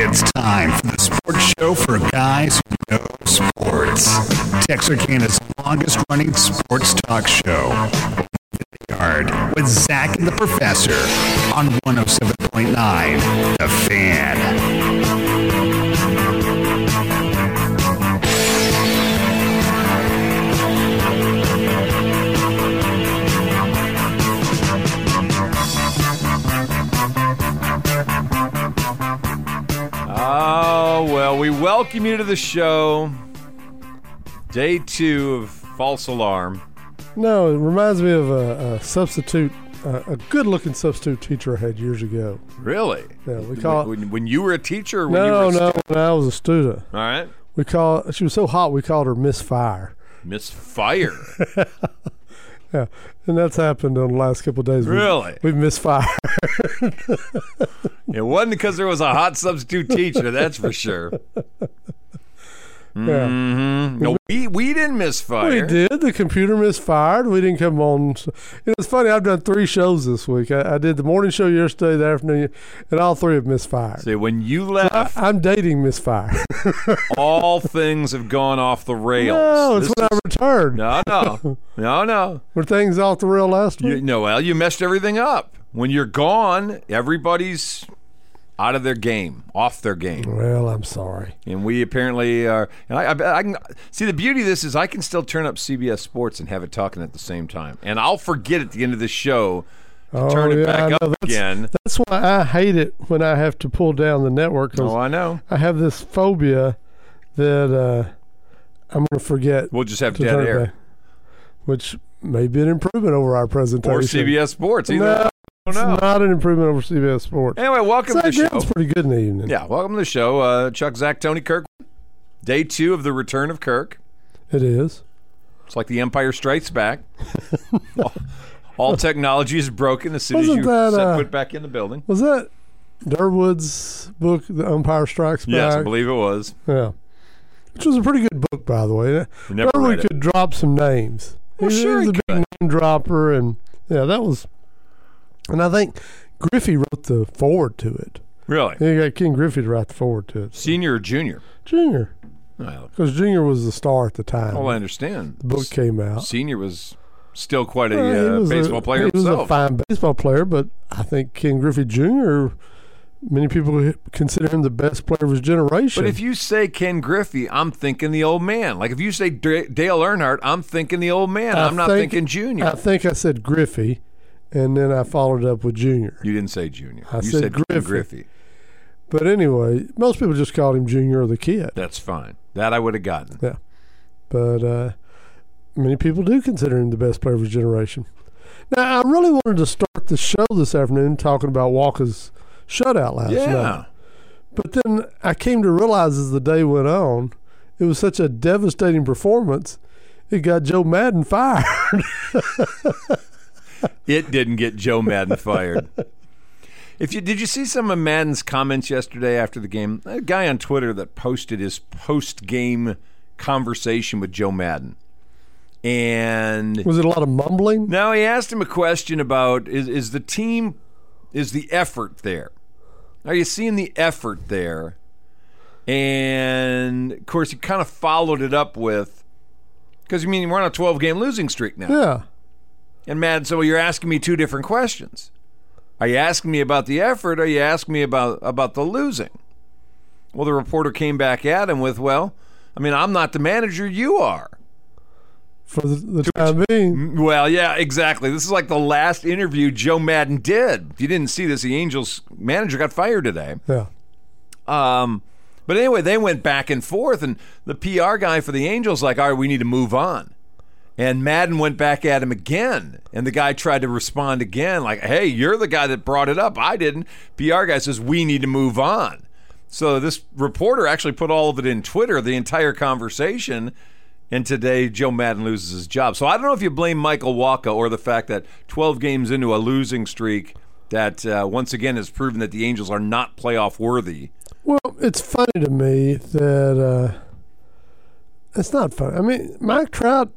time for the sports show for guys who know sports. Texarkana's longest running sports talk show. Over the Yard with Zach and the Professor on 107.9 The Fan. Oh, well, we welcome you to the show. Day two of False Alarm. No, it reminds me of a, a substitute, a, a good-looking substitute teacher I had years ago. Really? Yeah, we call it, When, when you were a teacher? Or when you were no, a no. stu- When I was a student, All right. we call she was so hot we called her Miss Fire, Miss Fire. and that's happened on the last couple of days. We- Really? we've missed Fire. it wasn't because there was a hot substitute teacher, that's for sure. Mm-hmm. Yeah. No, we, we didn't miss Fire. We did. The computer misfired. We didn't come on. So- You know, it's funny. I've done three shows this week. I, I did the morning show yesterday, the afternoon, and all three have misfired. See, when you left, I'm dating Miss Fire. all things have gone off the rails. no, Oh, it's This- when I returned. no, no, no, no. Were things off the rail last week? You, no, well, you messed everything up. When you're gone, everybody's out of their game, off their game, Well, I'm sorry. and we apparently are. And I, I, I can see the beauty of this is I can still turn up CBS Sports and have it talking at the same time, and I'll forget at the end of the show to turn it Oh, yeah, back I know. up That's- again. That's why I hate it when I have to pull down the network 'cause Oh, I know. I have this phobia that uh, I'm going to forget We'll just have to dead turn it air back, which may be an improvement over our presentation. or CBS Sports. Either. No, I it's don't know. not an improvement over CBS Sports. Anyway, welcome so to the show. it's pretty good in the evening. Yeah, welcome to the show, uh, Chuck, Zach, Tony, Kirk. Day two of the return of Kirk. It is. It's like the Empire Strikes Back. all, all technology is broken as soon as you Wasn't that, set uh, foot back in the building. Was that Durwood's book, The Umpire Strikes Back? Yes, I believe it was. Yeah. Which was a pretty good book, by the way. We never Darwin read it. could drop some names. Well, he, sure he was he a big name dropper, and yeah, that was. And I think Griffey wrote the forward to it. Really? He got King Griffey to write the forward to it. Senior or junior? Junior, Well, because Junior was the star at the time. all I understand. the book came out. Senior was still quite Uh, a he uh, was baseball a, player He was a himself. fine baseball player, but I think King Griffey Jr. Many people consider him the best player of his generation. But if you say Ken Griffey, I'm thinking the old man. Like if you say D- Dale Earnhardt, I'm thinking the old man. I I'm not think- thinking junior. I think I said Griffey, and then I followed up with Junior. you didn't say junior. I you said Ken Griffey. Griffey. But anyway, most people just called him Junior or the Kid. That's fine. That I would have gotten. But uh, many people do consider him the best player of his generation. Now, I really wanted to start the show this afternoon talking about Walker's shutout last night. yeah. But then I came to realize as the day went on, it was such a devastating performance. It got Joe Madden fired. It didn't get Joe Madden fired. If you did you see some of Madden's comments yesterday after the game? A guy on Twitter that posted his post game conversation with Joe Madden. And Was it a lot of mumbling? now he asked him a question about is is the team is the effort there? Are you seeing the effort there? And of course he kind of followed it up with because you mean we're on a 12 game losing streak now. Yeah. And Madden said, "Well, you're asking me two different questions. Are you asking me about the effort? Or are you asking me about about the losing?" Well, the reporter came back at him with, "Well, I mean, I'm not the manager. You are." For the, the time being. Well, yeah, exactly. This is like the last interview Joe Madden did. If you didn't see this, the Angels manager got fired today. Yeah. Um, but anyway, they went back and forth, and the PR guy for the Angels like, all right, we need to move on. And Madden went back at him again, and the guy tried to respond again, like, hey, you're the guy that brought it up. I didn't. PR guy says we need to move on. So this reporter actually put all of it in Twitter, the entire conversation. And today, Joe Madden loses his job. So I don't know if you blame Michael Walker or the fact that 12 games into a losing streak, that uh, once again has proven that the Angels are not playoff worthy. Well, it's funny to me that uh, it's not funny. I mean, Mike Trout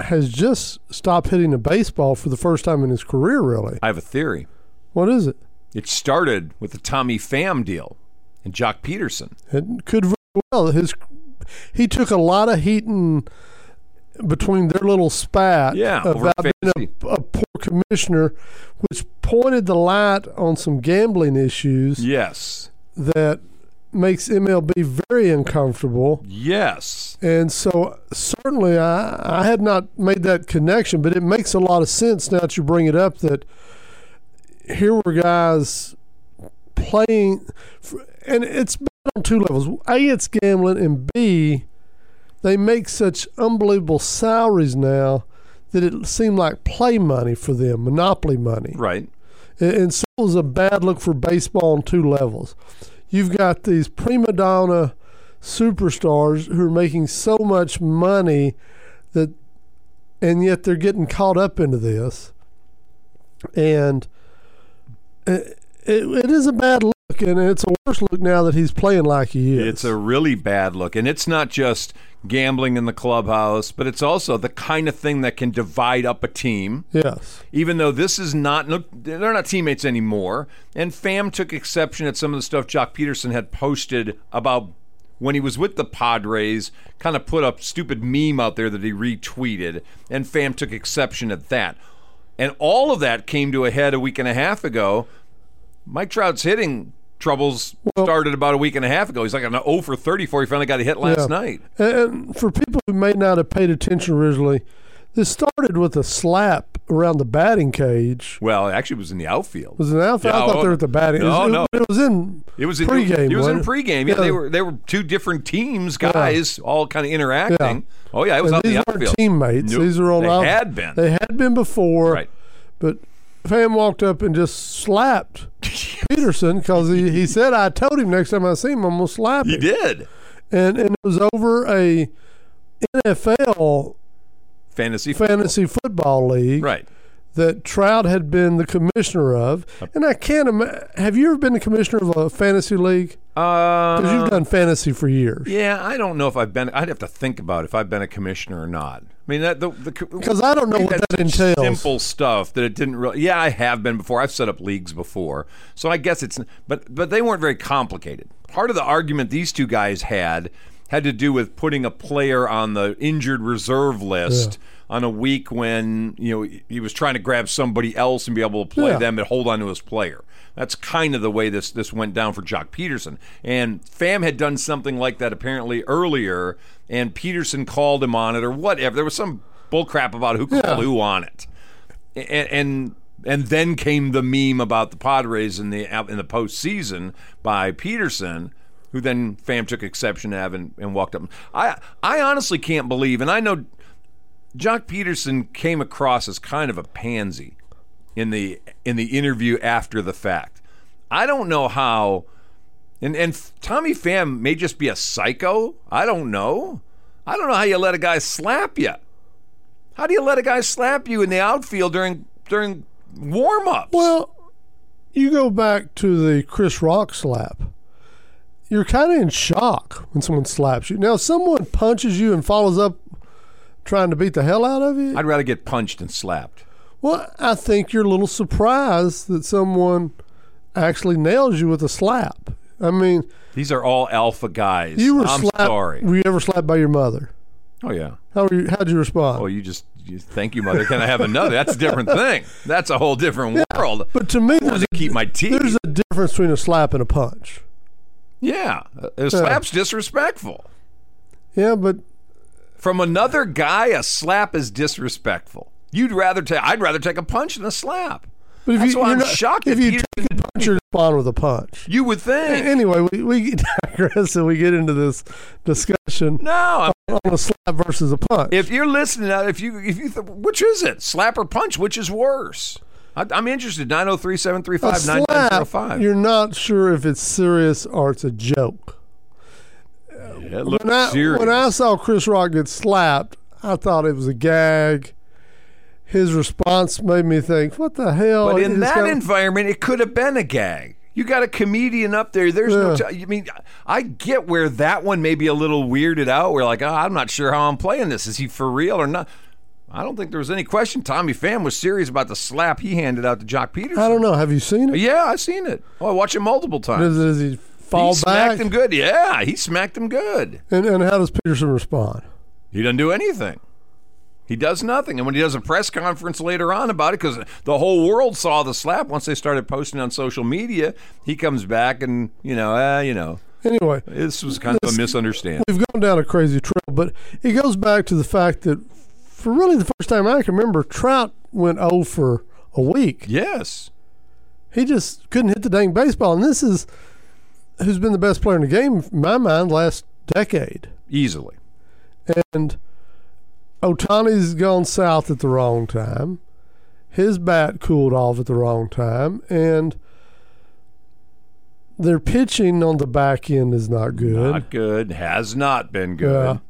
has just stopped hitting a baseball for the first time in his career. Really, I have a theory. what is it? It started with the Tommy Pham deal. and Jock Peterson. It could very well his he took a lot of heat and between their little spat Yeah, over about being fantasy. a, a poor commissioner, which pointed the light on some gambling issues Yes. that makes MLB very uncomfortable. Yes. And so certainly I, I had not made that connection, but it makes a lot of sense now that you bring it up that here were guys playing, for, and it's bad on two levels. A, it's gambling, and B, they make such unbelievable salaries now that it seemed like play money for them, monopoly money. Right. And, and so it was a bad look for baseball on two levels. You've got these prima donna superstars who are making so much money that, and yet they're getting caught up into this. And it, it, it is a bad look, and it's a worse look now that he's playing like he is. It's a really bad look. And it's not just gambling in the clubhouse, but it's also the kind of thing that can divide up a team. yes, Even though this is not, no, they're not teammates anymore. And Fam took exception at some of the stuff Jock Peterson had posted about when he was with the Padres, kind of put a stupid meme out there that he retweeted. And Fam took exception at that. And all of that came to a head a week and a half ago Mike Trout's hitting troubles started about a week and a half ago. He's like an 0 for 34. He finally got a hit last Yeah. night. and, and for people who may not have paid attention originally, this started with a slap around the batting cage. Well, actually, it was in the outfield. Was it out? I Yeah, thought oh, they were at the batting. no, it was, no. It, was in. It was in pregame. It was in wasn't pregame. Yeah, they were they were two different teams, guys, all kind of interacting. Oh yeah, it was And out in these the weren't outfield. teammates. No, these were on. they out- had been. They had been before. Right. But Fam walked up and just slapped Peterson because he, he said, "I told him next time I see him, I'm gonna slap He him." did And and it was over a NFL fantasy football. fantasy football league Right. that Trout had been the commissioner of. And I can't imagine. Have you ever been the commissioner of a fantasy league? Because Uh, you've done fantasy for years. yeah, I don't know if I've been. I'd have to think about if I've been a commissioner or not. I mean, that the Because because I don't know what that entails. Simple stuff that it didn't really. Yeah, I have been before. I've set up leagues before, so I guess it's. But but they weren't very complicated. Part of the argument these two guys had had to do with putting a player on the injured reserve list on a week when you know he- he was trying to grab somebody else and be able to play Yeah. them and hold on to his player. That's kind of the way this this went down for Jock Peterson. And Fam had done something like that apparently earlier, and Peterson called him on it or whatever. There was some bullcrap about who called who on it, and. and and then came the meme about the Padres in the out in the postseason by Peterson, who then Fam took exception to and, and walked up. I I honestly can't believe, and I know Jock Peterson came across as kind of a pansy in the in the interview after the fact. I don't know how and and Tommy Pham may just be a psycho. I don't know. I don't know how you let a guy slap you. How do you let a guy slap you in the outfield during during warm-ups? Well, you go back to the Chris Rock slap. You're kind of in shock when someone slaps you. Now, if someone punches you and follows up trying to beat the hell out of you, I'd rather get punched and slapped. well, I think you're a little surprised that someone actually nails you with a slap. I mean, These are all alpha guys. you were I'm slapped. sorry. Were you ever slapped by your mother? Oh yeah. How were you? How'd you respond? Oh, you just you, thank you, mother. Can I have another? That's a different thing. That's a whole different world. but to me, I there's wanted a, to keep my teeth. there's a difference between a slap and a punch. yeah, a slap's disrespectful. Yeah, but From another guy, a slap is disrespectful. You'd rather take. I'd rather take a punch than a slap. But if That's you, why you're I'm not- shocked If that you Peter take a punch, you're respond with a punch. You would think. Anyway, we, we digress and we get into this discussion no, I'm- on a slap versus a punch. if you're listening, now, if you if you th- which is it, slap or punch? Which is worse? I, I'm interested. Nine zero three seven three a five nine nine zero slap, five. you're not sure if it's serious or it's a joke. It looks When I, serious. when I saw Chris Rock get slapped, I thought it was a gag. His response made me think, "What the hell?" But He in just that kinda- environment, it could have been a gag. You got a comedian up there. There's no. Yeah. T- I mean, I get where that one may be a little weirded out. We're like, oh, I'm not sure how I'm playing this. Is he for real or not? I don't think there was any question. Tommy Pham was serious about the slap he handed out to Jock Peterson. I don't know. Have you seen it? Yeah, I've seen it. Oh, I watched it multiple times. Does, does he fall he back? smacked him good. Yeah, he smacked him good. And, and how does Peterson respond? He doesn't do anything. He does nothing. And when he does a press conference later on about it, because the whole world saw the slap once they started posting on social media, he comes back and, you know, uh, you know, Anyway, this was kind of a misunderstanding. we've gone down a crazy trail, but it goes back to the fact that for really the first time I can remember, Trout went 0 for a week. Yes. He just couldn't hit the dang baseball. And this is who's been the best player in the game, in my mind, last decade. Easily. And Otani's gone south at the wrong time. His bat cooled off at the wrong time. And their pitching on the back end is not good. Uh, Not good. Has not been good.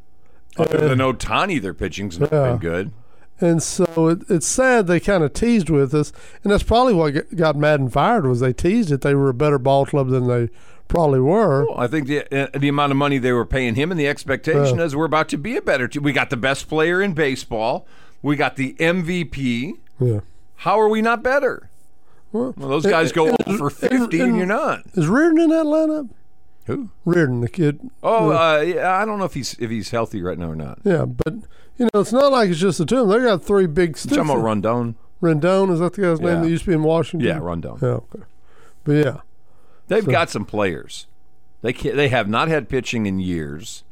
Other than Otani, their pitching's not Yeah. been good. And so it, it's sad they kind of teased with us, and that's probably what g- got Madden fired was they teased it. They were a better ball club than they probably were. Well, I think the uh, the amount of money they were paying him and the expectation is we're about to be a better team. We got the best player in baseball. We got the MVP. Yeah. How are we not better? Well, those guys go and- for 50 and and- you're not. Is Reardon in that lineup? Who? Reardon, the kid. Oh, uh, yeah, I don't know if he's if he's healthy right now or not. Yeah, but you know it's not like it's just the two of them. They got three big Talking sticks. about Rondon. Rendon is that the guy's Yeah. name that used to be in Washington? Yeah, Rondon. Yeah, okay. But yeah, They've got some players. They can they have not had pitching in years.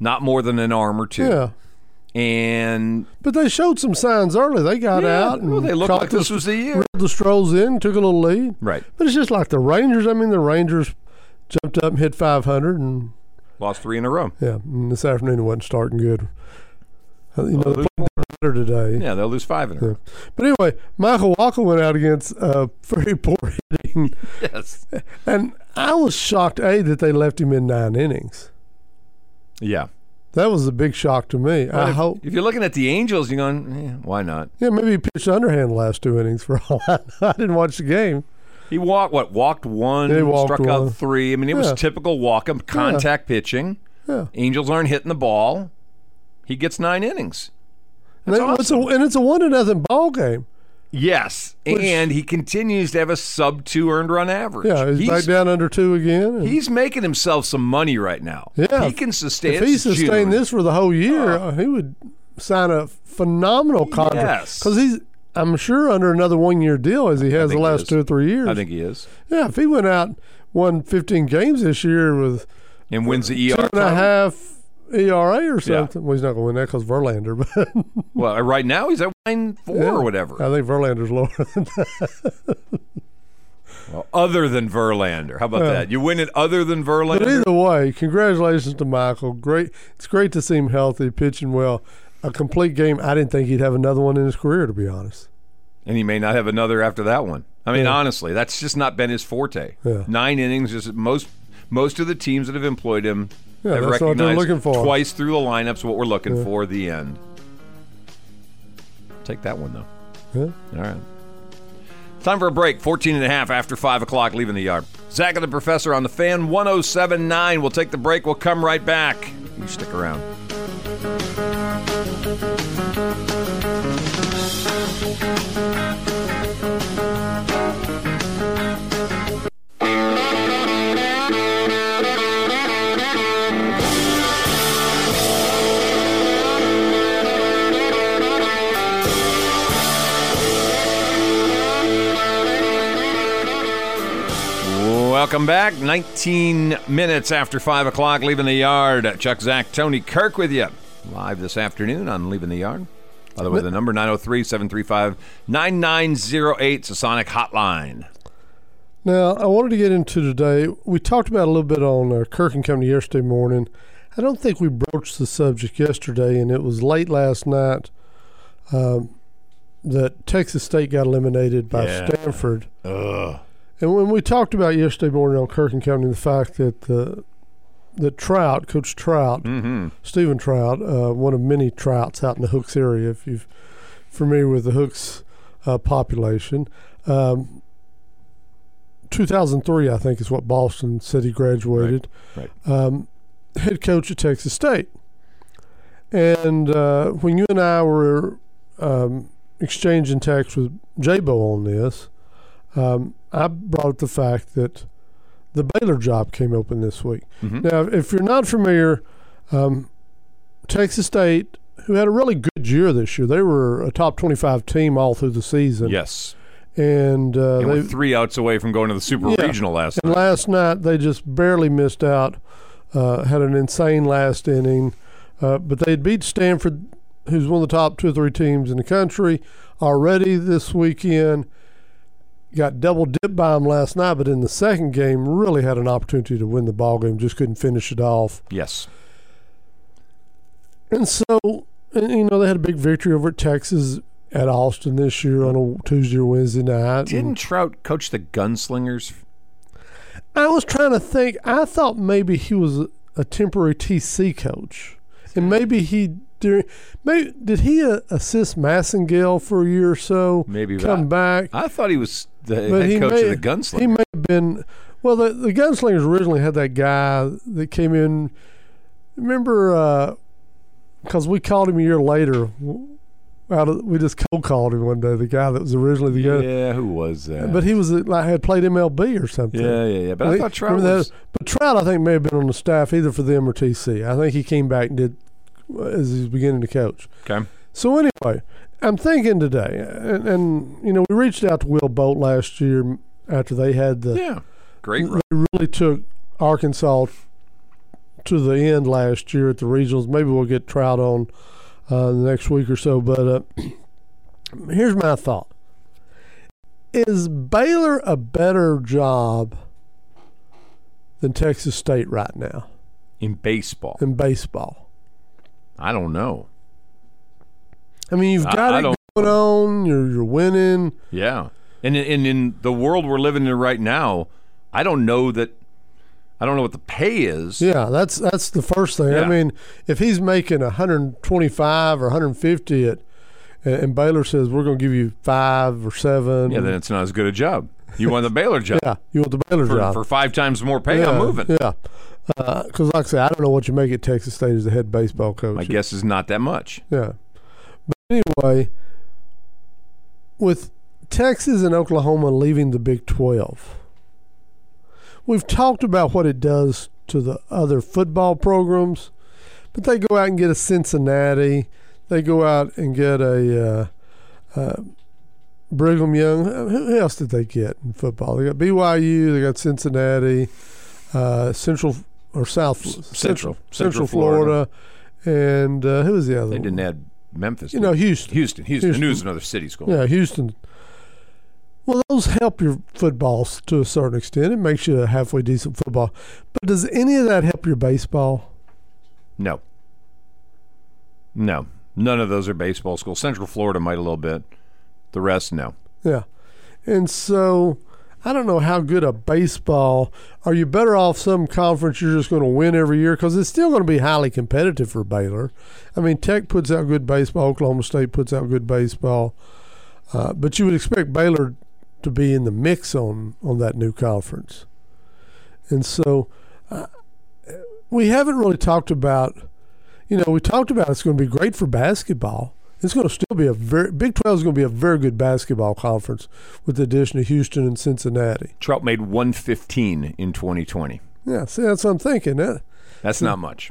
Not more than an arm or two. yeah. And But they showed some signs early. They got Yeah, out and well, they looked caught like the- this was the year. reeled the strolls in, took a little lead. Right. But it's just like the Rangers. I mean, the Rangers jumped up and hit 500, and Lost three in a row. yeah, and this afternoon it wasn't starting good. Uh, You know, they played better today. Oh, Yeah, they'll lose five in a row. But anyway, Michael Walker went out against uh, very poor hitting, Yes. and I was shocked a that they left him in nine innings. Yeah. That was a big shock to me. I hope. If you're looking at the Angels, you're going, eh, why not? Yeah, maybe he pitched underhand the last two innings for all I know. I didn't watch the game. He walked what? Walked one, He walked struck one. out three. I mean, it was Yeah. typical walk 'em contact pitching. Yeah. Angels aren't hitting the ball. He gets nine innings. That's and, it's a, awesome. and it's a one to nothing ball game. Yes, and he continues to have a sub two earned run average. Yeah, he's, back he's, down under two again. and- he's making himself some money right now. Yeah. he can sustain. if he it's sustained June. Uh-huh. this for the whole year, uh, he would sign a phenomenal contract. Yes. Because he's, I'm sure, under another one year deal as he has the think he last is. two or three years. I think he is, Yeah, if he went out, won 15 games this year with and wins the ER. two and a title. half ERA or something. Well, he's not going to win that because Verlander, but Well, uh, right now he's at nine four or whatever. I think Verlander's lower. than- Well, other than Verlander, how about that? You win it other than but Verlander. either way, congratulations to Michael. Great, it's great to see him healthy, pitching well. A complete game. I didn't think he'd have another one in his career, to be honest. and he may not have another after that one. I mean, honestly, that's just not been his forte. Yeah. Nine innings is most most of the teams that have employed him Yeah, have that's what they're recognized looking for. twice through the lineups what we're looking for. The end. Take that one though. Yeah. All right. Time for a break. 14 and a half after 5 o'clock, leaving the yard. Zach and the Professor on the fan 1079. We'll take the break. We'll come right back. You stick around. Welcome back. 19 minutes after 5 o'clock, leaving the yard. Chuck, Zach, Tony Kirk with you. Live this afternoon on Leaving the Yard. By the way, the number 903 735 9908 Sonic Hotline. Now, I wanted to get into today. We talked about a little bit on uh, Kirk and Company yesterday morning. I don't think we broached the subject yesterday, and it was late last night um, that Texas State got eliminated by Stanford. Ugh. And when we talked about yesterday morning on Kirk and Company, the fact that the that Trout, Coach Trout, Stephen Trout, uh, one of many Trouts out in the Hooks area, if you're familiar with the Hooks uh, population, 2003, I think, is what Boston said he graduated. Right. Um, head coach at Texas State. And uh, when you and I were um, exchanging texts with Jabo on this, um, I brought up the fact that the Baylor job came open this week. Mm-hmm. Now, if you're not familiar, um, Texas State, who had a really good year this year, they were a top 25 team all through the season. Yes. And, uh, And they, we're three outs away from going to the Super Yeah. Regional last and night. last night they just barely missed out. Uh, had an insane last inning, uh, but they had beat Stanford, who's one of the top two or three teams in the country already this weekend. Got double dipped by them last night, but in the second game, really had an opportunity to win the ball game, just couldn't finish it off. Yes. And so, and, you know, they had a big victory over Texas at Austin this year on a Tuesday or Wednesday night. Didn't Trout coach the Gunslingers? I was trying to think. I thought maybe he was a, a temporary TC coach, and maybe he during maybe did he uh, assist Massengill for a year or so? Maybe come back, I thought he was the but he head coach may, of the Gunslingers. He may have been. Well, the the Gunslingers originally had that guy that came in. Remember, because we called him a year later. w- Out of, we just cold called him one day. The guy that was originally the guy, yeah, who was that? uh, but he was uh, like had played MLB or something. yeah, yeah, yeah. But I Well, thought Trout remember that- was. But Trout, I think, may have been on the staff either for them or TC. I think he came back and did uh, as he was beginning to coach. Okay. So anyway, I'm thinking today, and, and you know, we reached out to Will Bolt last year after they had the Yeah. Great run. they really took Arkansas to the end last year at the regionals. Maybe we'll get Trout on uh, the next week or so. But uh, here's my thought: Is Baylor a better job than Texas State right now in baseball. in baseball? I don't know. I mean, you've I- got I it don't- going on. You're you're winning. Yeah. And in, and in the world we're living in right now, I don't know that. I don't know what the pay is. Yeah, that's that's the first thing. I Yeah. mean, if he's making 125 or 150 at and, and Baylor says we're going to give you five or seven. Yeah, then it's not as good a job. You want the Baylor job Yeah, you want the Baylor for, job? for five times more pay. yeah, I'm moving. Yeah, because like I said, I don't know what you make at Texas State as the head baseball coach. My guess is not that much. Yeah, but anyway, with Texas and Oklahoma leaving the Big Twelve, we've talked about what it does to the other football programs, but they go out and get a Cincinnati. They go out and get a uh, uh, Brigham Young. Uh, Who else did they get in football? They got BYU. They got Cincinnati, uh, Central or South S- Central Central. Central, Central Florida. and uh, who was the other? They one? didn't add Memphis. You did know, they? Houston. Houston. Houston. Houston. Houston. News another city school. Yeah, Houston. Well, those help your football s- to a certain extent. It makes you a halfway decent football. But does any of that help your baseball? No. No. None of those are baseball schools. Central Florida might a little bit. The rest, no. Yeah. And so I don't know how good a baseball. Are you better off some conference you're just going to win every year? Because it's still going to be highly competitive for Baylor. I mean, Tech puts out good baseball, Oklahoma State puts out good baseball. Uh, but you would expect Baylor to be in the mix on, on that new conference. And so uh, we haven't really talked about, you know, we talked about it's going to be great for basketball. It's going to still be a very, Big 12 is going to be a very good basketball conference with the addition of Houston and Cincinnati. Trout made 115 in 2020. Yeah, see, that's what I'm thinking. eh? That's not much.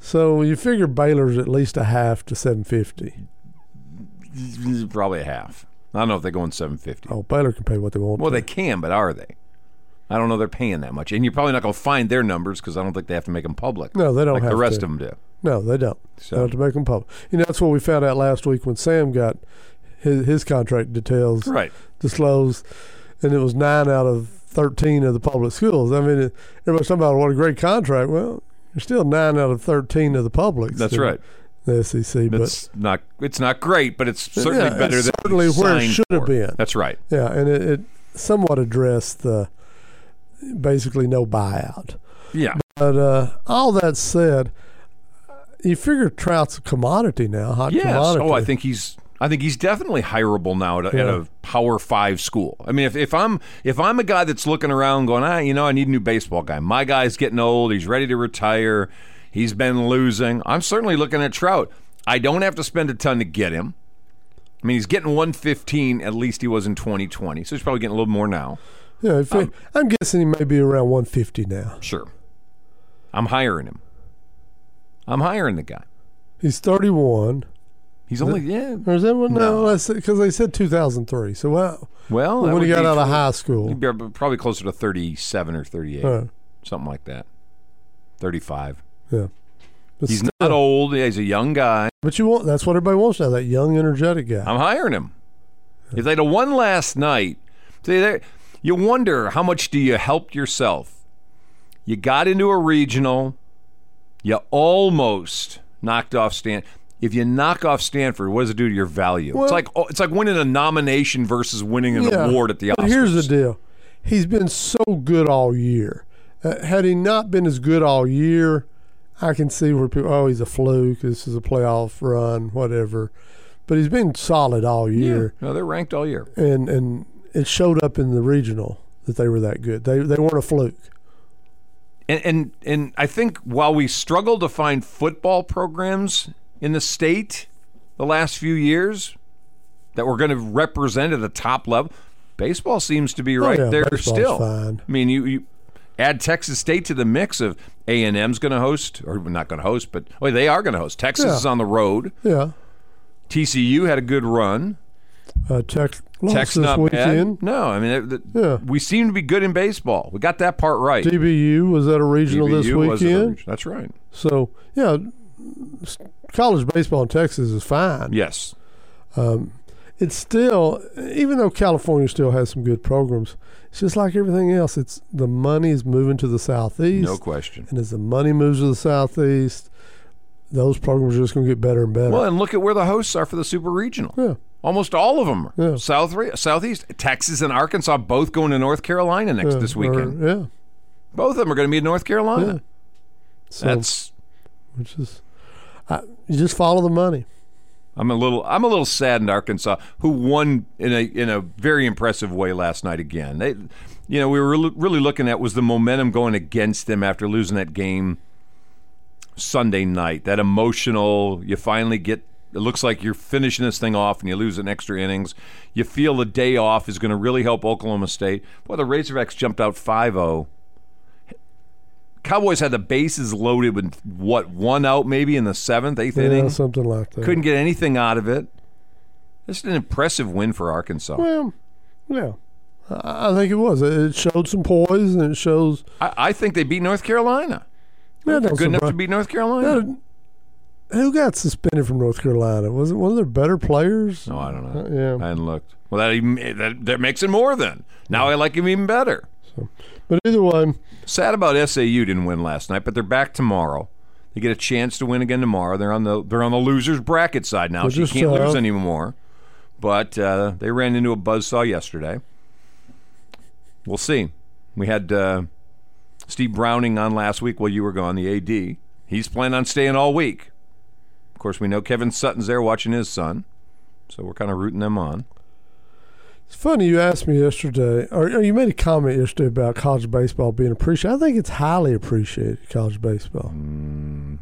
So you figure Baylor's at least a half to 750. Probably a half. I don't know if they're going 750. Oh, Baylor can pay what they want. Well, to. they can, but are they? I don't know. They're paying that much, and you're probably not going to find their numbers because I don't think they have to make them public. No, they don't like the have rest to. of them do. No, they don't. So- They have to make them public. You know, that's what we found out last week when Sam got his, his contract details Right. disclosed, and it was nine out of 13 of the public schools. I mean, it, everybody's talking about what a great contract. Well, you're still nine out of 13 of the public. That's in right. The SEC. But It's not. It's not great, but it's certainly Yeah, better it's than certainly you where it signed should have for. been. That's right. yeah, and it, it somewhat addressed the basically no buyout. Yeah. But uh, all that said, you figure Trout's a commodity now, hot Yes. commodity. Oh, I think he's. I think he's definitely hireable now at, a at Yeah. a Power Five school. I mean, if, if I'm if I'm a guy that's looking around going, ah, you know, I need a new baseball guy. My guy's getting old. He's ready to retire. He's been losing. I'm certainly looking at Trout. I don't have to spend a ton to get him. I mean, he's getting 115. At least he was in 2020, so he's probably getting a little more now. You know, if he- I'm guessing he may be around 150 now. Sure. I'm hiring him. I'm hiring the guy. He's 31. He's only yeah. Or is that what? No. No, because they said 2003. So wow, Well, Oh, that when he would got be out of tw- high school. he'd be probably closer to 37 or 38, Uh, something like that. 35. yeah. But, He's still- not old. He's a young guy. but you want that's what everybody wants now that young, energetic guy. I'm hiring him. If they'd have won last night, see, there, you wonder how much do you help yourself? You got into a regional. You almost knocked off Stan. If you knock off Stanford, what does it do to your value? Well- it's like oh, it's like winning a nomination versus winning an Yeah, award at the Oscars. But here's the deal: he's been so good all year. Uh, had he not been as good all year, I can see where people, oh, he's a fluke. This is a playoff run, whatever. But he's been solid all year, No, they're ranked all year. and and it showed up in the regional that they were that good. They they weren't a fluke. and and and I think while we struggle to find football programs in the state the last few years that we're going to represent at the top level, baseball seems to be right Oh, yeah, there baseball's still. fine. I mean, you, you add Texas State to the mix of A and M's going to host or not going to host, but oh, they are going to host. Texas Yeah. is on the road. Yeah, TCU had a good run. uh, Tech lost Tech's this not weekend. bad. No, I mean, the- the- Yeah. we seem to be good in baseball. We got that part right. DBU was at a regional this DBU was a- weekend. That's right. So yeah, s- college baseball in Texas is fine. Yes. it's still even though California still has some good programs, it's just like everything else. It's the money is moving to the southeast, No question. and as the money moves to the southeast, those programs are just going to get better and better. Well, and look at where the hosts are for the Super Regional. Yeah. Almost all of them. Yeah. South Re- Southeast, Texas and Arkansas both going to North Carolina next Yeah, this or- weekend. yeah, both of them are going to be in North Carolina. Yeah. so That's which is I, you just follow the money. I'm a little I'm a little saddened Arkansas who won in a in a very impressive way last night again. They you know, we were really- really looking at was the momentum going against them after losing that game Sunday night. That emotional, you finally get it looks like you're finishing this thing off and you lose in extra innings. You feel the day off is going to really help Oklahoma State. Boy, the Razorbacks jumped out 5-0. Cowboys had the bases loaded with what one out maybe in the seventh, eighth You know, inning something like that. couldn't get anything out of it. This is an impressive win for Arkansas. Well, yeah, I, I think it was. It, it showed some poise, and it shows. I, I think they beat North Carolina. Yeah, They're no good enough to surprise. beat North Carolina. Who got suspended from North Carolina? Was it one of their better players? No, Oh, I don't know. Uh, yeah. I hadn't looked. Well, that even that, that makes it more then. Now I like him even better. But either way, Sad about SAU didn't win last night, but they're back tomorrow. They get a chance to win again tomorrow. They're on the they're on the losers bracket side now. They're So you just, can't uh, lose anymore. But uh, they ran into a buzzsaw yesterday. We'll see. We had uh, Steve Browning on last week while you were gone. The AD. He's planning on staying all week. Of course, we know Kevin Sutton's there watching his son, so we're kind of rooting them on. It's funny you asked me yesterday, or, or you made a comment yesterday about college baseball being appreciated. I think it's highly appreciated, college baseball. Mm.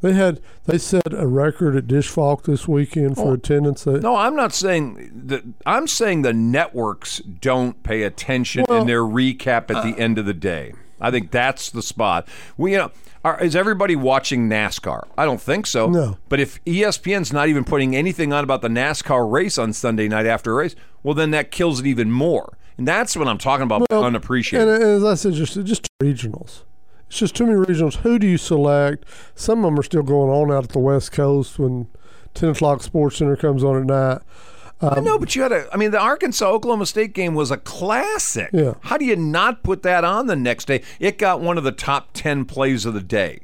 They had they set a record at Dish Falk this weekend for attendance. At, Oh. No, I'm not saying that. I'm saying the networks don't pay attention in their recap at uh, the end of the day. I think that's the spot. We, you know, are, is everybody watching NASCAR? I don't think so. No. But if E ESPN's not even putting anything on about the NASCAR race on Sunday night after a race, well, then that kills it even more. And that's what I'm talking about unappreciated. and, and as I said, just just regionals. It's just too many regionals. Who do you select? Some of them are still going on out at the West Coast when ten o'clock Sports Center comes on at night. I know, but you had a. I mean, the Arkansas Oklahoma State game was a classic. Yeah. How do you not put that on the next day? It got one of the top ten plays of the day.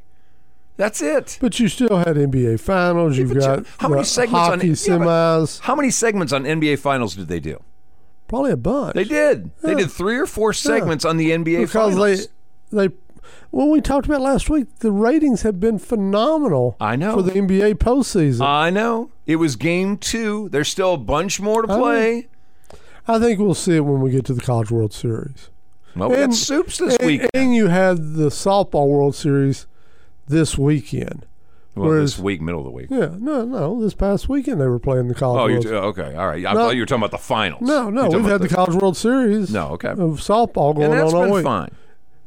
That's it. But you still had NBA finals. You've But you- got how many the segments on hockey yeah, but semis. How many segments on NBA Finals did they do? Probably a bunch. They did. They did three or four segments on the NBA because Finals. they they well we talked about last week the ratings have been phenomenal I know. Uh, for the NBA postseason. I know it was Game Two. There's still a bunch more to play. I think we'll see it when we get to the College World Series. Well, we got And- soups this and, weekend. and you had the softball World Series this weekend, Well, Whereas- this week, middle of the week. Yeah, no, no. This past weekend they were playing the college. Oh, you World do? okay. All right. I No. thought you were talking about the finals. No, You're no, talking we've about had the, College World Series. No, okay. Of softball going and that's on all been week. fine.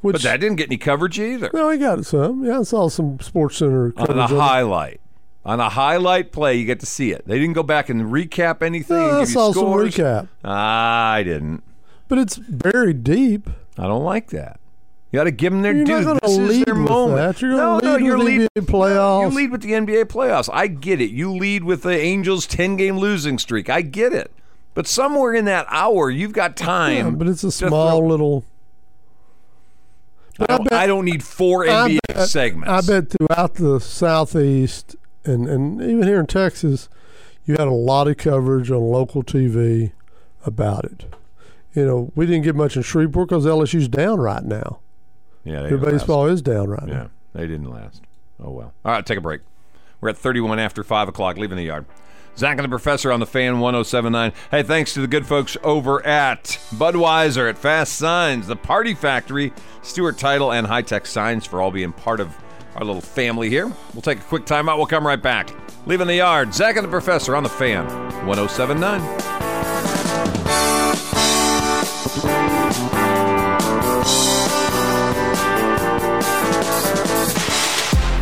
Which But that didn't get any coverage either. no, I got some. Yeah, I saw some Sports Center on coverage. a of it. highlight. On a highlight play, you get to see it. They didn't go back and recap anything. No, and I give you saw some scores. Ah, recap. I didn't. but it's buried deep. I don't like that. You got to give them their You're due. not this going to is lead their with moment. that. You're no, going to no, lead you're with leading. the NBA playoffs. You lead with the NBA playoffs. I get it. You lead with the Angels' 10 game losing streak. I get it. But somewhere in that hour, you've got Yeah, time. but it's a to small throw- little. But I, don't, I don't need four I NBA bet- segments. I bet throughout the southeast and and even here in Texas, you had a lot of coverage on local TV about it. You know, we didn't get much in Shreveport because LSU's down right now. Yeah, they Their didn't last. baseball is down right Yeah, now. they didn't last. Oh well. All right, take a break. We're at 31 after 5 o'clock, leaving the yard. Zach and the Professor on the Fan 1079. Hey, thanks to the good folks over at Budweiser, at Fast Signs, the Party Factory, Stewart Title, and High Tech Signs for all being part of our little family here. We'll take a quick time out. We'll come right back. Leaving the yard. Zach and the Professor on the Fan 1079.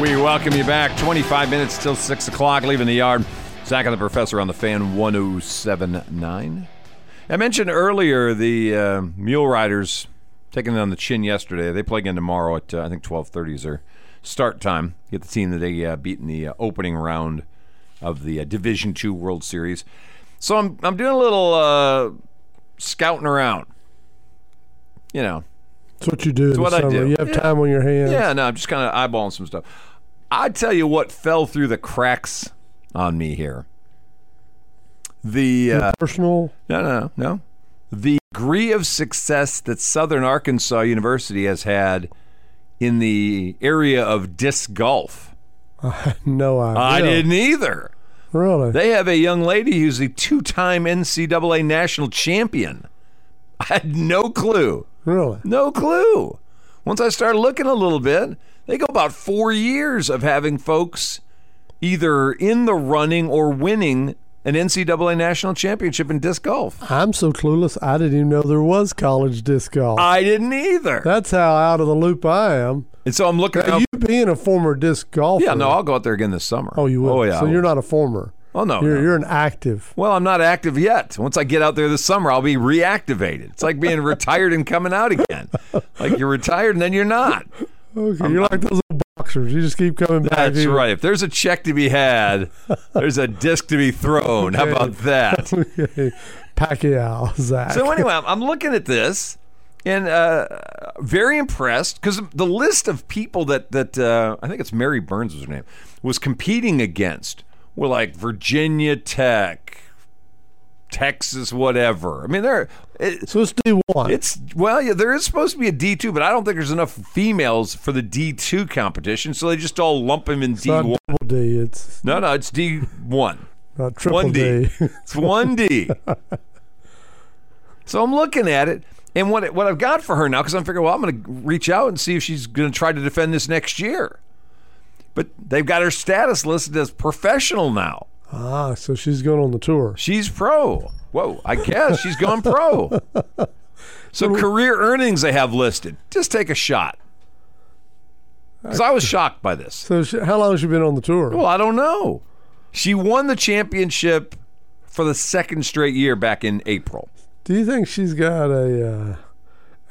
We welcome you back. 25 minutes till 6 o'clock, leaving the yard. Zach and the Professor on the fan 1079. I mentioned earlier the uh, Mule Riders taking it on the chin yesterday. They play again tomorrow at, uh, I think, 1230 is their start time. Get the team that they uh, beat in the uh, opening round of the uh, Division Two World Series. So I'm, I'm doing a little uh, scouting around. You know, That's what you do in what the I summer. do. You have Yeah. time on your hands. yeah, no, I'm just kind of eyeballing some stuff. I tell you what fell through the cracks on me here. The uh, Personal. no, no, no, the degree of success that Southern Arkansas University has had in the area of disc golf. No idea. I didn't either. Really? They have a young lady who's a two-time NCAA national champion. I had no clue. really? No clue. Once I started looking a little bit, they go about four years of having folks either in the running or winning an NCAA national championship in disc golf. I'm so clueless. I didn't even know there was college disc golf. I didn't either. That's how out of the loop I am. And so I'm looking. Now, you being a former disc golfer. yeah, no, I'll go out there again this summer. Oh, you will. Oh, yeah. So you're not a former. Oh no. you're no. you're an active. well, I'm not active yet. Once I get out there this summer, I'll be reactivated. It's like being retired and coming out again. Like you're retired and then you're not. Okay, you're like those little boxers. You just keep coming back. That's You- right. If there's a check to be had, there's a disc to be thrown. How about that? Okay. Pacquiao, Zach. So anyway, I'm, I'm looking at this and uh, very impressed because the list of people that that uh, I think it's Mary Burns was her name was competing against were like Virginia Tech, Texas, whatever. I mean, there it, so it's D one. it's well, yeah, there is supposed to be a D two, but I don't think there's enough females for the D two competition, so they just all lump them in D not one. double D. It's No, no, it's D one. not triple One D. D. It's one D. so I'm looking at it, and what what I've got for her now, because I'm figuring, well, I'm going to reach out and see if she's going to try to defend this next year. But they've got her status listed as professional now. ah, so she's going on the tour. She's pro. Whoa, I guess she's gone pro. So career earnings they have listed. Just take a shot. Because I was shocked by this. So she, how long has she been on the tour? Well, I don't know. She won the championship for the second straight year back in April. Do you think she's got a uh,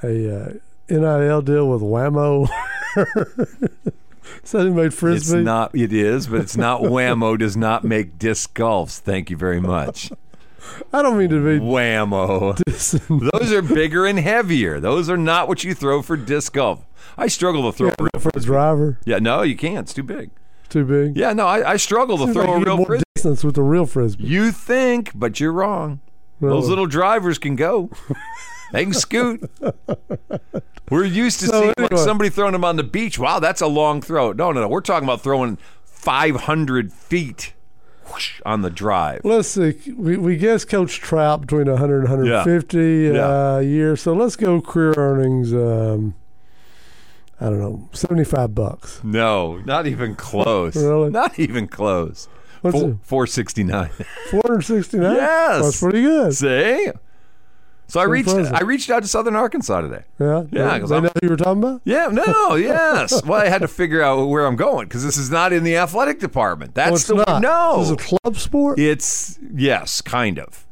a uh, NIL deal with Whammo? Is that who made It's frisbee? not. It is, but it's not. Whammo does not make disc golfs. Thank you very much. I don't mean to be Whammo. Those are bigger and heavier. Those are not what you throw for disc golf. I struggle to throw. a real, for a driver. yeah, no, you can't. It's too big. Too big. Yeah, no, I, I struggle to Seems like throw you a get real more frisbee. distance with the real frisbee. You think, but you're wrong. Those Really. little drivers can go. they can scoot. We're used to So seeing like anyway. somebody throwing them on the beach. Wow, that's a long throw. No, no, no. We're talking about throwing 500 feet whoosh, on the drive. Let's see. We, we guess Coach Trout between 100 and 150 Yeah. Uh, a year. So let's go career earnings. Um, I don't know, 75 bucks. No, not even close. Really? Not even close. What's Four- it? 469. 469. Yes. that's pretty good. See? So I reached impressive. I reached out to Southern Arkansas today. Yeah, Yeah, They, 'cause they I'm- know who you were talking about. Yeah, no, yes. Well, I had to figure out where I'm going because this is not in the athletic department. That's Oh, it's the not. no. this is a club sport. It's yes, kind of.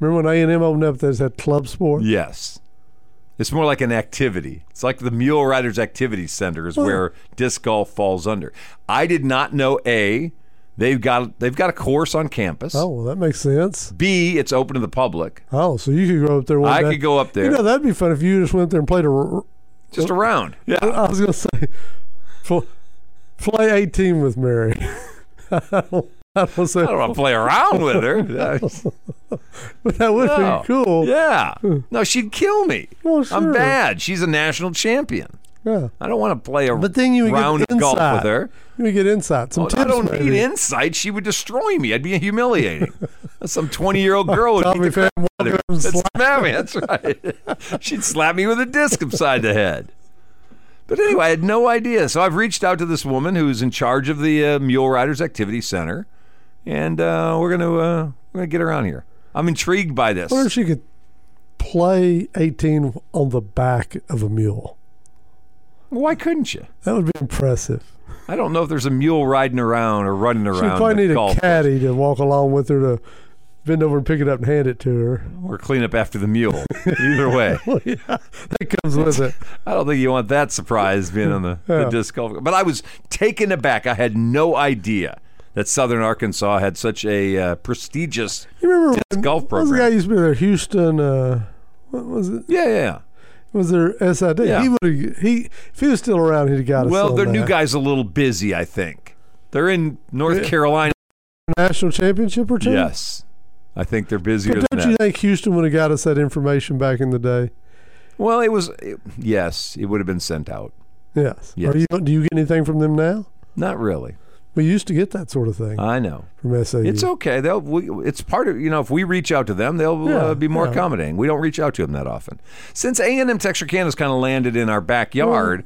Remember when A and M opened up? There's that club sport. Yes. It's more like an activity. It's like the Mule Riders Activity Center is where disc golf falls under. I did not know A, they've got they've got a course on campus. Oh, well, that makes sense. B, it's open to the public. Oh, so you could go up there. One I day. could go up there. You know, that'd be fun if you just went there and played a. r- Oh. Just around. Yeah. I was gonna say, pl- play eighteen with Mary. I don't, I don't say, I don't want to play around with her. but that would No. be cool. Yeah. No, she'd kill me. Well, I'm sure. bad. She's a national champion. Yeah. I don't want to play a But then you would round get of golf with insight. her. You would get insight. Some Well, tips, I don't maybe. need insight. She would destroy me. I'd be humiliating. Some 20 year old girl would beat Tommy the Pham crap out of her. walked up and That's slapped Mammy, That's right. She'd slap me with a disc upside the head. But anyway, I had no idea. So I've reached out to this woman who's in charge of the uh, Mule Riders Activity Center, and uh, we're gonna uh, we're gonna get her on here. I'm intrigued by this. I wonder if she could play eighteen on the back of a mule. Why couldn't you? That would be impressive. I don't know if there's a mule riding around or running She'd around. the probably need golf a caddy to walk along with her to bend over and pick it up and hand it to her. or clean up after the mule. Either way. That comes with it. I don't think you want that surprise being on the, the Yeah. disc golf. But I was taken aback. I had no idea that Southern Arkansas had such a uh, prestigious. You remember Disc golf what was the guy program. used to be there? Houston. Uh, what was it? Yeah, yeah. yeah. Was there SID? Yeah. He would. He if he was still around, he'd have got us. Well, on their new that. guy's a little busy. I think they're in North Carolina. national championship or two. Yes, I think they're busier But than don't you that. think Houston would have got us that information back in the day? Well, it was. It, yes, it would have been sent out. Yes. Yes. Are you, do you get anything from them now? Not really. We used to get that sort of thing I know. from SAU. Uh, It's okay. They'll. We, it's part of you know. If we reach out to them, they'll uh, Yeah, be more yeah. accommodating. We don't reach out to them that often. Since A and M Texarkana's kind of landed in our backyard,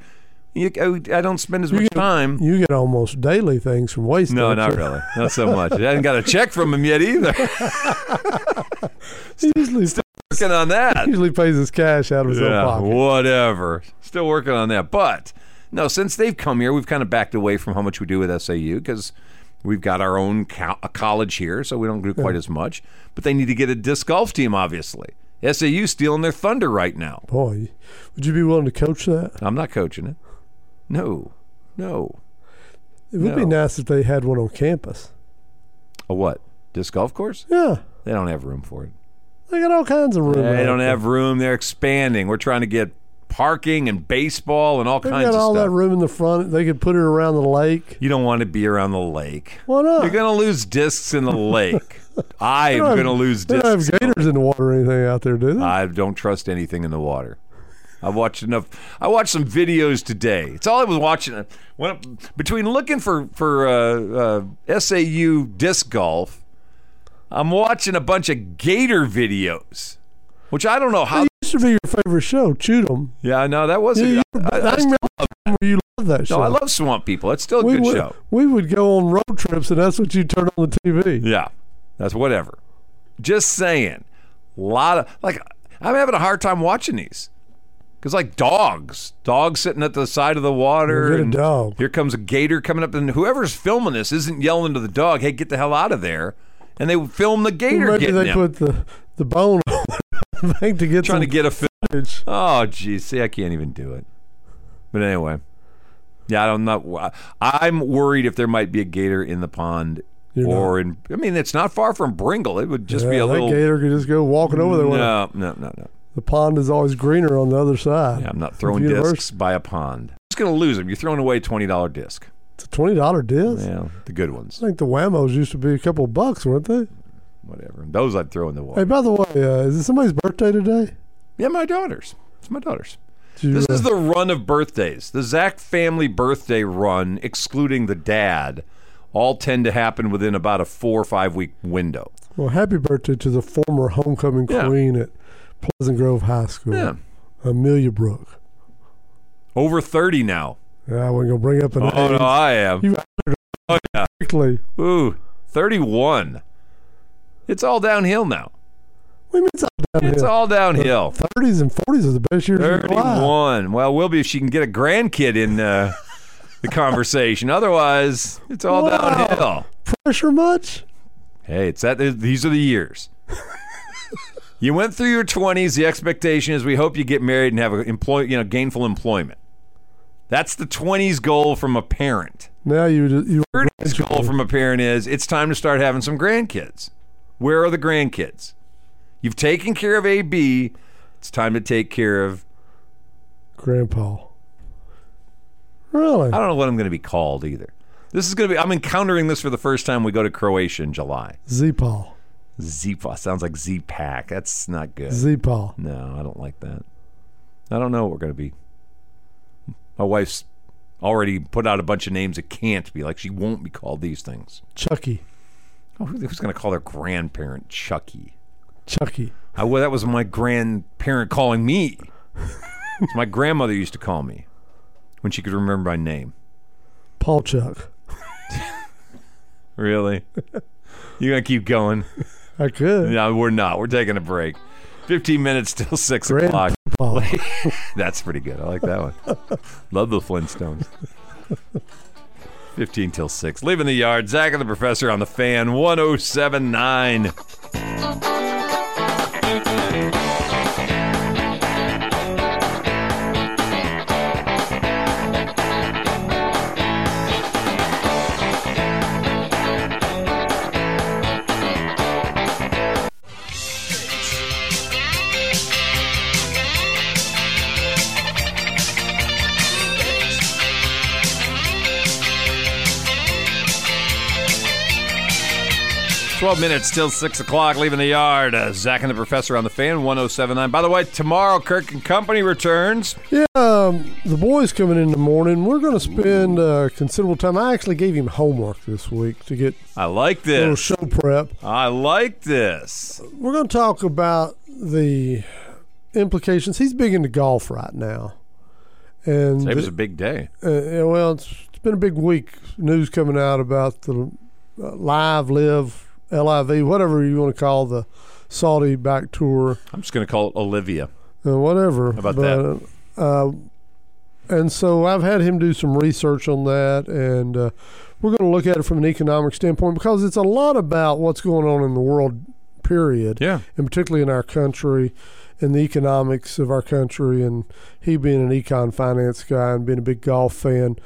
you, I, I don't spend as much time. Mm. you get almost daily things from Waste. no, don't not you? really. Not so much. I haven't got a check from him yet either. Usually, Working on that. usually pays his cash out of his own Yeah, pocket. whatever. Still working on that. But no, since they've come here, we've kind of backed away from how much we do with SAU because we've got our own co- a college here, so we don't do quite as much. But they need to get a disc golf team, obviously. SAU stealing their thunder right now. Boy, would you be willing to coach that? I'm not coaching it. No, no. It would be No. nice if they had one on campus. A what? Disc golf course? Yeah, They don't have room for it. they got all kinds of room. They out don't there. have room. They're expanding. We're trying to get parking and baseball and all They kinds got of all stuff. that room in the front. They could put it around the lake. You don't want to be around the lake. Why not? You're gonna lose discs in the lake. I am They don't gonna have- lose They don't have discs. gators in the water or anything out there, do they? I don't trust anything in the water. I've watched enough. I watched some videos today. It's all I was watching. When, between looking for for uh, uh, SAU disc golf, I'm watching a bunch of gator videos, which I don't know how. it used to be your favorite show, Chewed 'em. Yeah, no, that You, wasn't. you, I, I, I- I remember where you loved that show. no, I love Swamp People. That's still a we good would, show. We would go on road trips, and that's what you turn on the TV. Yeah, that's whatever. Just saying, a lot of like I'm having a hard time watching these because like dogs, dogs sitting at the side of the water. Get a and dog. Here comes a gator coming up, and whoever's filming this isn't yelling to the dog, "Hey, get the hell out of there!" And they film the gator Maybe getting they him, put the, the bone on the bank to get trying to some get a film footage. Oh, geez. See, I can't even do it. But anyway, yeah, I don't- I'm not. I'm worried if there might be a gator in the pond, or in. I mean, it's not far from Bringle. It would just be Yeah, a that little. gator could just go walking over there. wouldn't it? no, no, no, no. The pond is always greener on the other side. Yeah, I'm not throwing Universe. discs by a pond. It's gonna lose them. You're throwing away twenty dollar disc. It's a twenty dollar disc. Yeah, the good ones. I think the Whammos used to be a couple bucks, weren't they? Whatever. Those I'd throw in the Hey, water. by the way, uh, is it somebody's birthday today? Yeah, my daughters. It's my daughters. Did you, This uh, is the run of birthdays. The Zach family birthday run, excluding the dad, all tend to happen within about a four or five week window. well, happy birthday to the former homecoming Yeah. queen at Pleasant Grove High School, Yeah. Amelia Brooke. Over 30 now. Yeah, I wasn't gonna bring up an Oh, no, I am. You- Oh, yeah. quickly. Ooh, 31. It's all downhill now. We mean it's all It's downhill. all downhill. Thirties and forties are the best years of your life. 31. Well, we'll be if she can get a grandkid in uh, the conversation. Otherwise, it's all Wow. downhill. Pressure much? Hey, it's that. These are the years. you went through your twenties. The expectation is we hope you get married and have a employ, you know, gainful employment. That's the twenties goal from a parent. Now you ju- you Thirties goal from a parent is it's time to start having some grandkids. Where are the grandkids? You've taken care of AB. It's time to take care of. grandpa. Really? I don't know what I'm going to be called either. This is going to be. I'm encountering this for the first time. We go to Croatia in July. Z Paul. Zipa sounds like Z pack. That's not good. Z Paul. No, I don't like that. I don't know what we're going to be. My wife's already put out a bunch of names it can't be. Like, she won't be called these things. Chucky. Oh, who- who's going to call their grandparent Chucky? Chucky. I, well, that was my grandparent calling me. It's my grandmother used to call me when she could remember my name. Paul Chuck. Really? You're going to keep going? I could. No, we're not. We're taking a break. 15 minutes till 6 o'clock. Paul. That's pretty good. I like that one. Love the Flintstones. 15 till 6. Leaving the yard. Zach and the professor on the fan 1079. Twelve minutes till six o'clock. Leaving the yard. Uh, Zach and the Professor on the fan. One oh seven nine. By the way, tomorrow Kirk and Company returns. Yeah, um, the boys coming in the morning. We're going to spend uh, considerable time. I actually gave him homework this week to get I like a little this. show prep. I like this. We're going to talk about the implications. He's big into golf right now, and It was a the- big day. uh, yeah, well, it's, it's been a big week. News coming out about the uh, live, live, liv, whatever you want to call the Saudi back tour. I'm just going to call it Olivia. uh, whatever. about but, that? Uh, and so I've had him do some research on that, and uh, we're going to look at it from an economic standpoint because it's a lot about what's going on in the world, period, Yeah. and particularly in our country and the economics of our country. And he being an econ finance guy and being a big golf fan,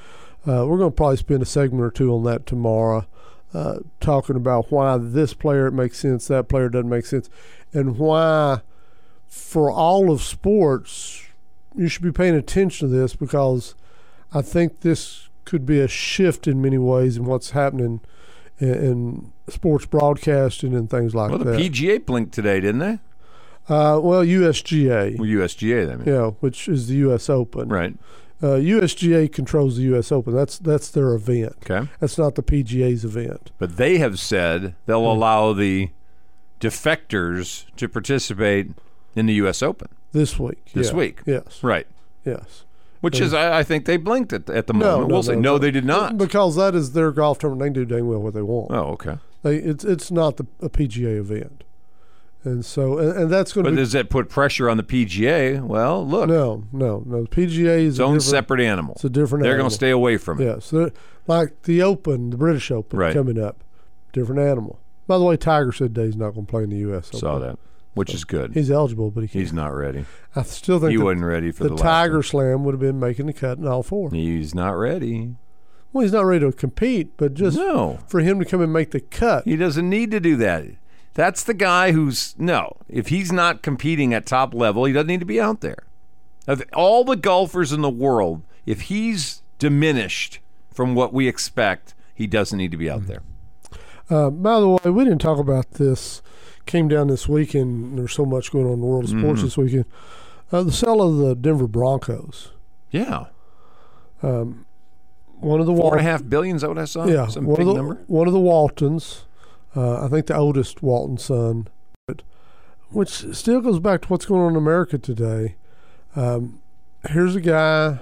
uh, we're going to probably spend a segment or two on that tomorrow. Uh, talking about why this player makes sense, that player doesn't make sense, and why for all of sports, you should be paying attention to this because I think this could be a shift in many ways in what's happening in, in sports broadcasting and things like Well, the that. PGA blinked today, didn't they? uh, well, USGA, Well, USGA. I mean. yeah, which is the U.S. Open. Right. Uh, USGA controls the U.S. Open. That's that's their event. Okay. That's not the PGA's event. But they have said they'll Hmm. allow the defectors to participate in the U.S. Open. This week. This yeah. week. Yes. Right. Yes. Which is, I, I think they blinked at, at the No, moment. no, we'll say, no, no, no. they did not. Because that is their golf tournament. They can do dang well what they want. Oh, okay. They, it's it's not the, a PGA event, and so and, and that's going But to be does that put pressure on the PGA? Well, look, no no no. The PGA is its a own different- separate animal. It's a different. They're going animal. to stay away from it. Yeah, so they're- like the Open, the British Open Right. coming up, different animal. By the way, Tiger said that he's not going to play in the U.S. Open. Saw that. which is good. He's eligible, but he can't. He's not ready. I still think He the, wasn't ready for the the, last Tiger one. Slam would have been making the cut in all four. He's not ready. Well, he's not ready to compete, but just No, for him to come and make the cut. he doesn't need to do that. That's the guy who's no. If he's not competing at top level, he doesn't need to be out there. Of all the golfers in the world, if he's diminished from what we expect, he doesn't need to be Hmm. out there. Uh, by the way, we didn't talk about this. Came down this weekend. There's so much going on in the world of sports Mm. this weekend. Uh, the sale of the Denver Broncos. Yeah, One of the four and a Wal- half billion is that what I saw? Yeah, some one big of the number. one of the Waltons. Uh, I think the oldest Walton son, but which still goes back to what's going on in America today. Um, here's a guy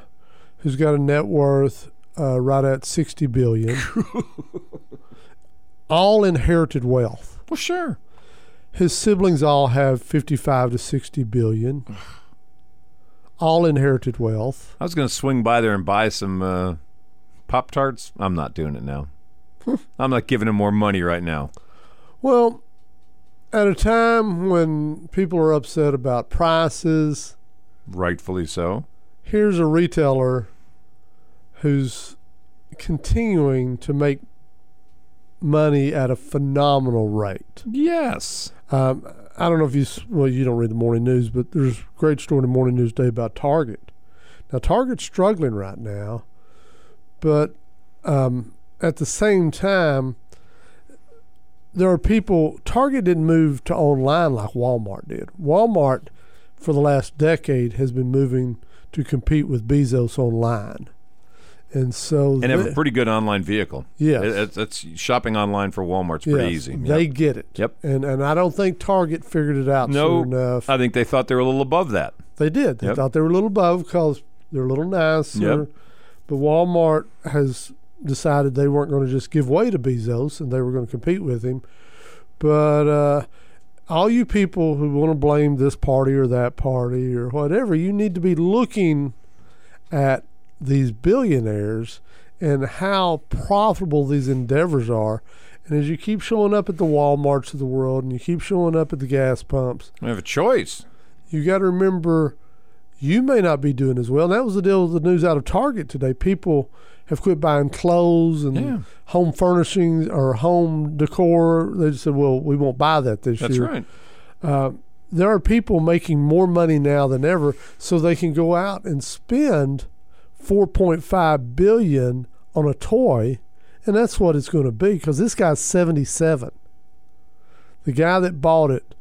who's got a net worth uh, right at sixty billion, all inherited wealth. Well, sure. His siblings all have 55 to 60 billion. all inherited wealth. I was going to swing by there and buy some uh, Pop Tarts. I'm not doing it now. I'm not giving him more money right now. Well, at a time when people are upset about prices, Rightfully so. here's a retailer who's continuing to make money at a phenomenal rate. Yes. Um, I don't know if you s- well you don't read the morning news, but there's a great story in the morning news today about Target. Now Target's struggling right now, but um, at the same time, there are people. Target didn't move to online like Walmart did. Walmart, for the last decade, has been moving to compete with Bezos online, and so And have the- a pretty good online vehicle. Yes. It- it's- it's- shopping online for Walmart's pretty yes, easy. They Yep. get it. Yep. And and I don't think Target figured it out No, soon enough. I think they thought they were a little above that. They did. They Yep. thought they were a little above because they're a little nicer. Yep. But Walmart has decided they weren't going to just give way to Bezos and they were going to compete with him. But uh, all you people who want to blame this party or that party or whatever, you need to be looking at these billionaires and how profitable these endeavors are. And as you keep showing up at the Walmarts of the world and you keep showing up at the gas pumps, We have a choice. you got to remember you may not be doing as well. And that was the deal with the news out of Target today. People have quit buying clothes and Yeah. home furnishings or home decor. They just said, well, we won't buy that this That's year. right. There are people making more money now than ever so they can go out and spend 4.5 billion on a toy and that's what it's going to be cuz this guy's 77. The guy that bought it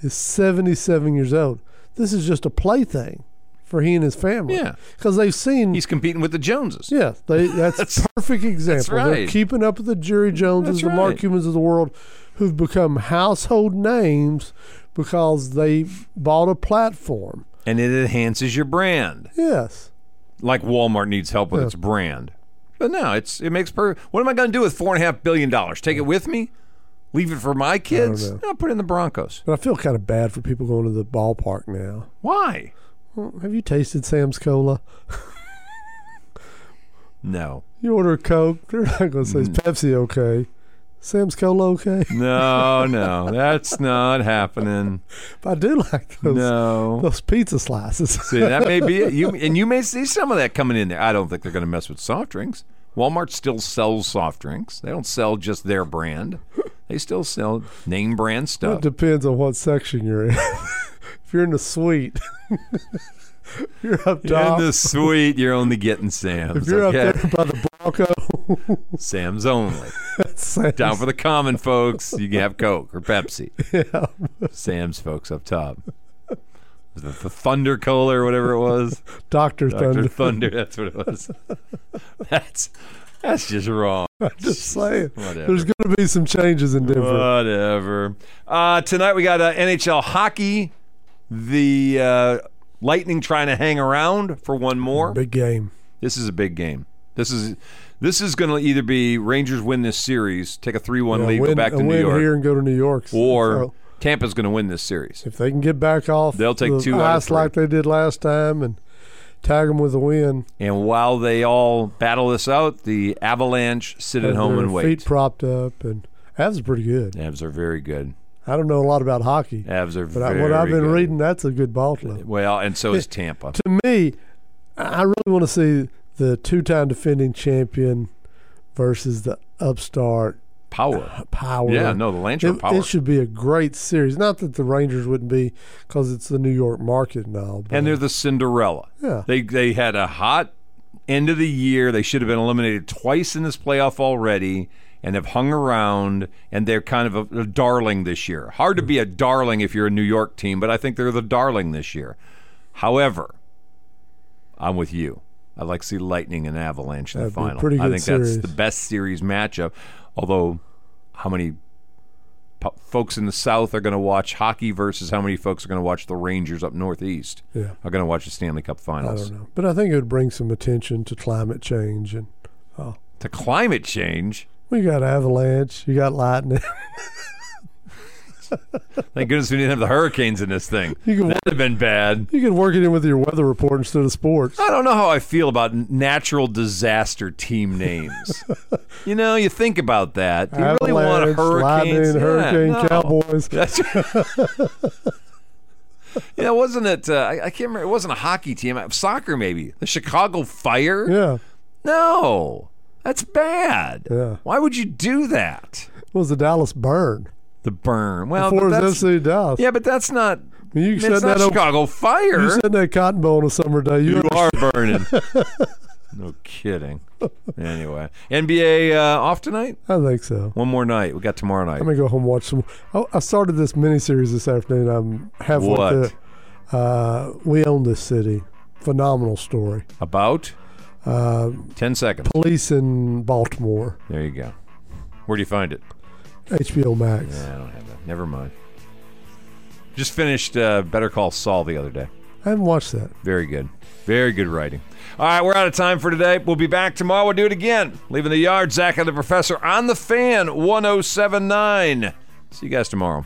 is 77 years old. This is just a plaything for he and his family. Yeah. Cuz they've seen He's competing with the Joneses. yeah, they, that's, That's- perfect example. They're right. keeping up with the Jerry Joneses, That's the Mark right. Cumans of the world, who've become household names because they bought a platform. And it enhances your brand. Yes, Like Walmart needs help with its brand. But no, it's it makes per. What am I going to do with four and a half billion dollars? Take it with me? Leave it for my kids? know. No, put it in the Broncos. but I feel kind of bad for people going to the ballpark now. Why? Well, Have you tasted Sam's Cola? No. You order a Coke, they're not going to say, is Mm. Pepsi okay? Sam's Cola okay? No, no, that's not happening. But I do like those, No. those pizza slices. See, that may be it. You and you may see some of that coming in there. I don't think they're going to mess with soft drinks. Walmart still sells soft drinks. They don't sell just their brand. They still sell name brand It stuff. depends on what section you're in. if you're in the suite, you're up top. In the suite, you're only getting Sam's. if you're okay? up there by the Bronco, Sam's only. Sam's, Down for the common folks, you can have Coke or Pepsi. Sam's folks up top. Was it the Thunder Cola or whatever it was? Doctor Thunder. Thunder. Thunder. That's what it was. that's that's just wrong. Just saying, Whatever. there's going to be some changes in Denver. Whatever. Uh, tonight we got uh, NHL hockey. The uh, Lightning trying to hang around for one more. Big game. This is a big game. This is this is going to either be Rangers win this series, take a three-one Yeah, lead, win, go back to a New win York, here and go to New York. or So, Tampa's going to win this series. if they can get back off, They'll take the two out of ice three. like they did last time and tag them with a win. And while they all battle this out, the Avalanche sit at Have home their and Feet wait. propped up and. Avs are pretty good. Abs are very good. I don't know a lot about hockey, Avs are but I, very what I've been good. reading, that's a good ball club. Well, and so is Tampa. To me, I I really want to see the two-time defending champion versus the upstart Power. power. Yeah, no, the Lancer It, power. it should be a great series. Not that the Rangers wouldn't be, because it's the New York market and all. But and they're the Cinderella. Yeah. They they had a hot end of the year. They should have been eliminated twice in this playoff already and have hung around and they're kind of a, a darling this year. Hard to be a darling if you're a New York team, but I think they're the darling this year. However, I'm with you. I'd like to see Lightning and Avalanche in That'd the be a final. pretty I good think series. that's the best series matchup. Although, how many po- folks in the South are going to watch hockey versus how many folks are going to watch the Rangers up Northeast? Yeah. Are going to watch the Stanley Cup I Finals don't know. But I think it would bring some attention to climate change, and to climate change. we got avalanche, you got lightning. Thank goodness we didn't have the hurricanes in this thing. You can- That'd have been bad. you can work it in with your weather report instead of sports. I don't know how I feel about n- natural disaster team names. you know, you think about that. Do you really want Avalanche, hurricanes? lightning, hurricane, yeah, no. cowboys. That's yeah, wasn't it? Uh, I, I can't remember. It wasn't a hockey team. Uh, Soccer, maybe the Chicago Fire. Yeah, No, that's bad. Yeah. Why would you do that? it was the Dallas burn. The burn. Well, Before Oh, but it was that's, FC Dallas. yeah, but that's not. You it's said not that over- Chicago Fire. You said that cotton bowl on a summer day. You, You are burning. no kidding. Anyway, NBA uh, off tonight. I think so. One more night. We got tomorrow night. I'm gonna go home and watch some. I, I started this miniseries this afternoon. um, I'm halfway What? through. it. Uh, we own this city. Phenomenal story. About uh, ten seconds. Police in Baltimore. There you go. Where do you find it? HBO Max. I don't have that. Never mind. Just finished uh, Better Call Saul the other day. I haven't watched that. Very good. Very good writing. All right, we're out of time for today. We'll be back tomorrow. We'll do it again. Leaving the yard, Zach and the oh Professor on the fan 1079. See you guys tomorrow.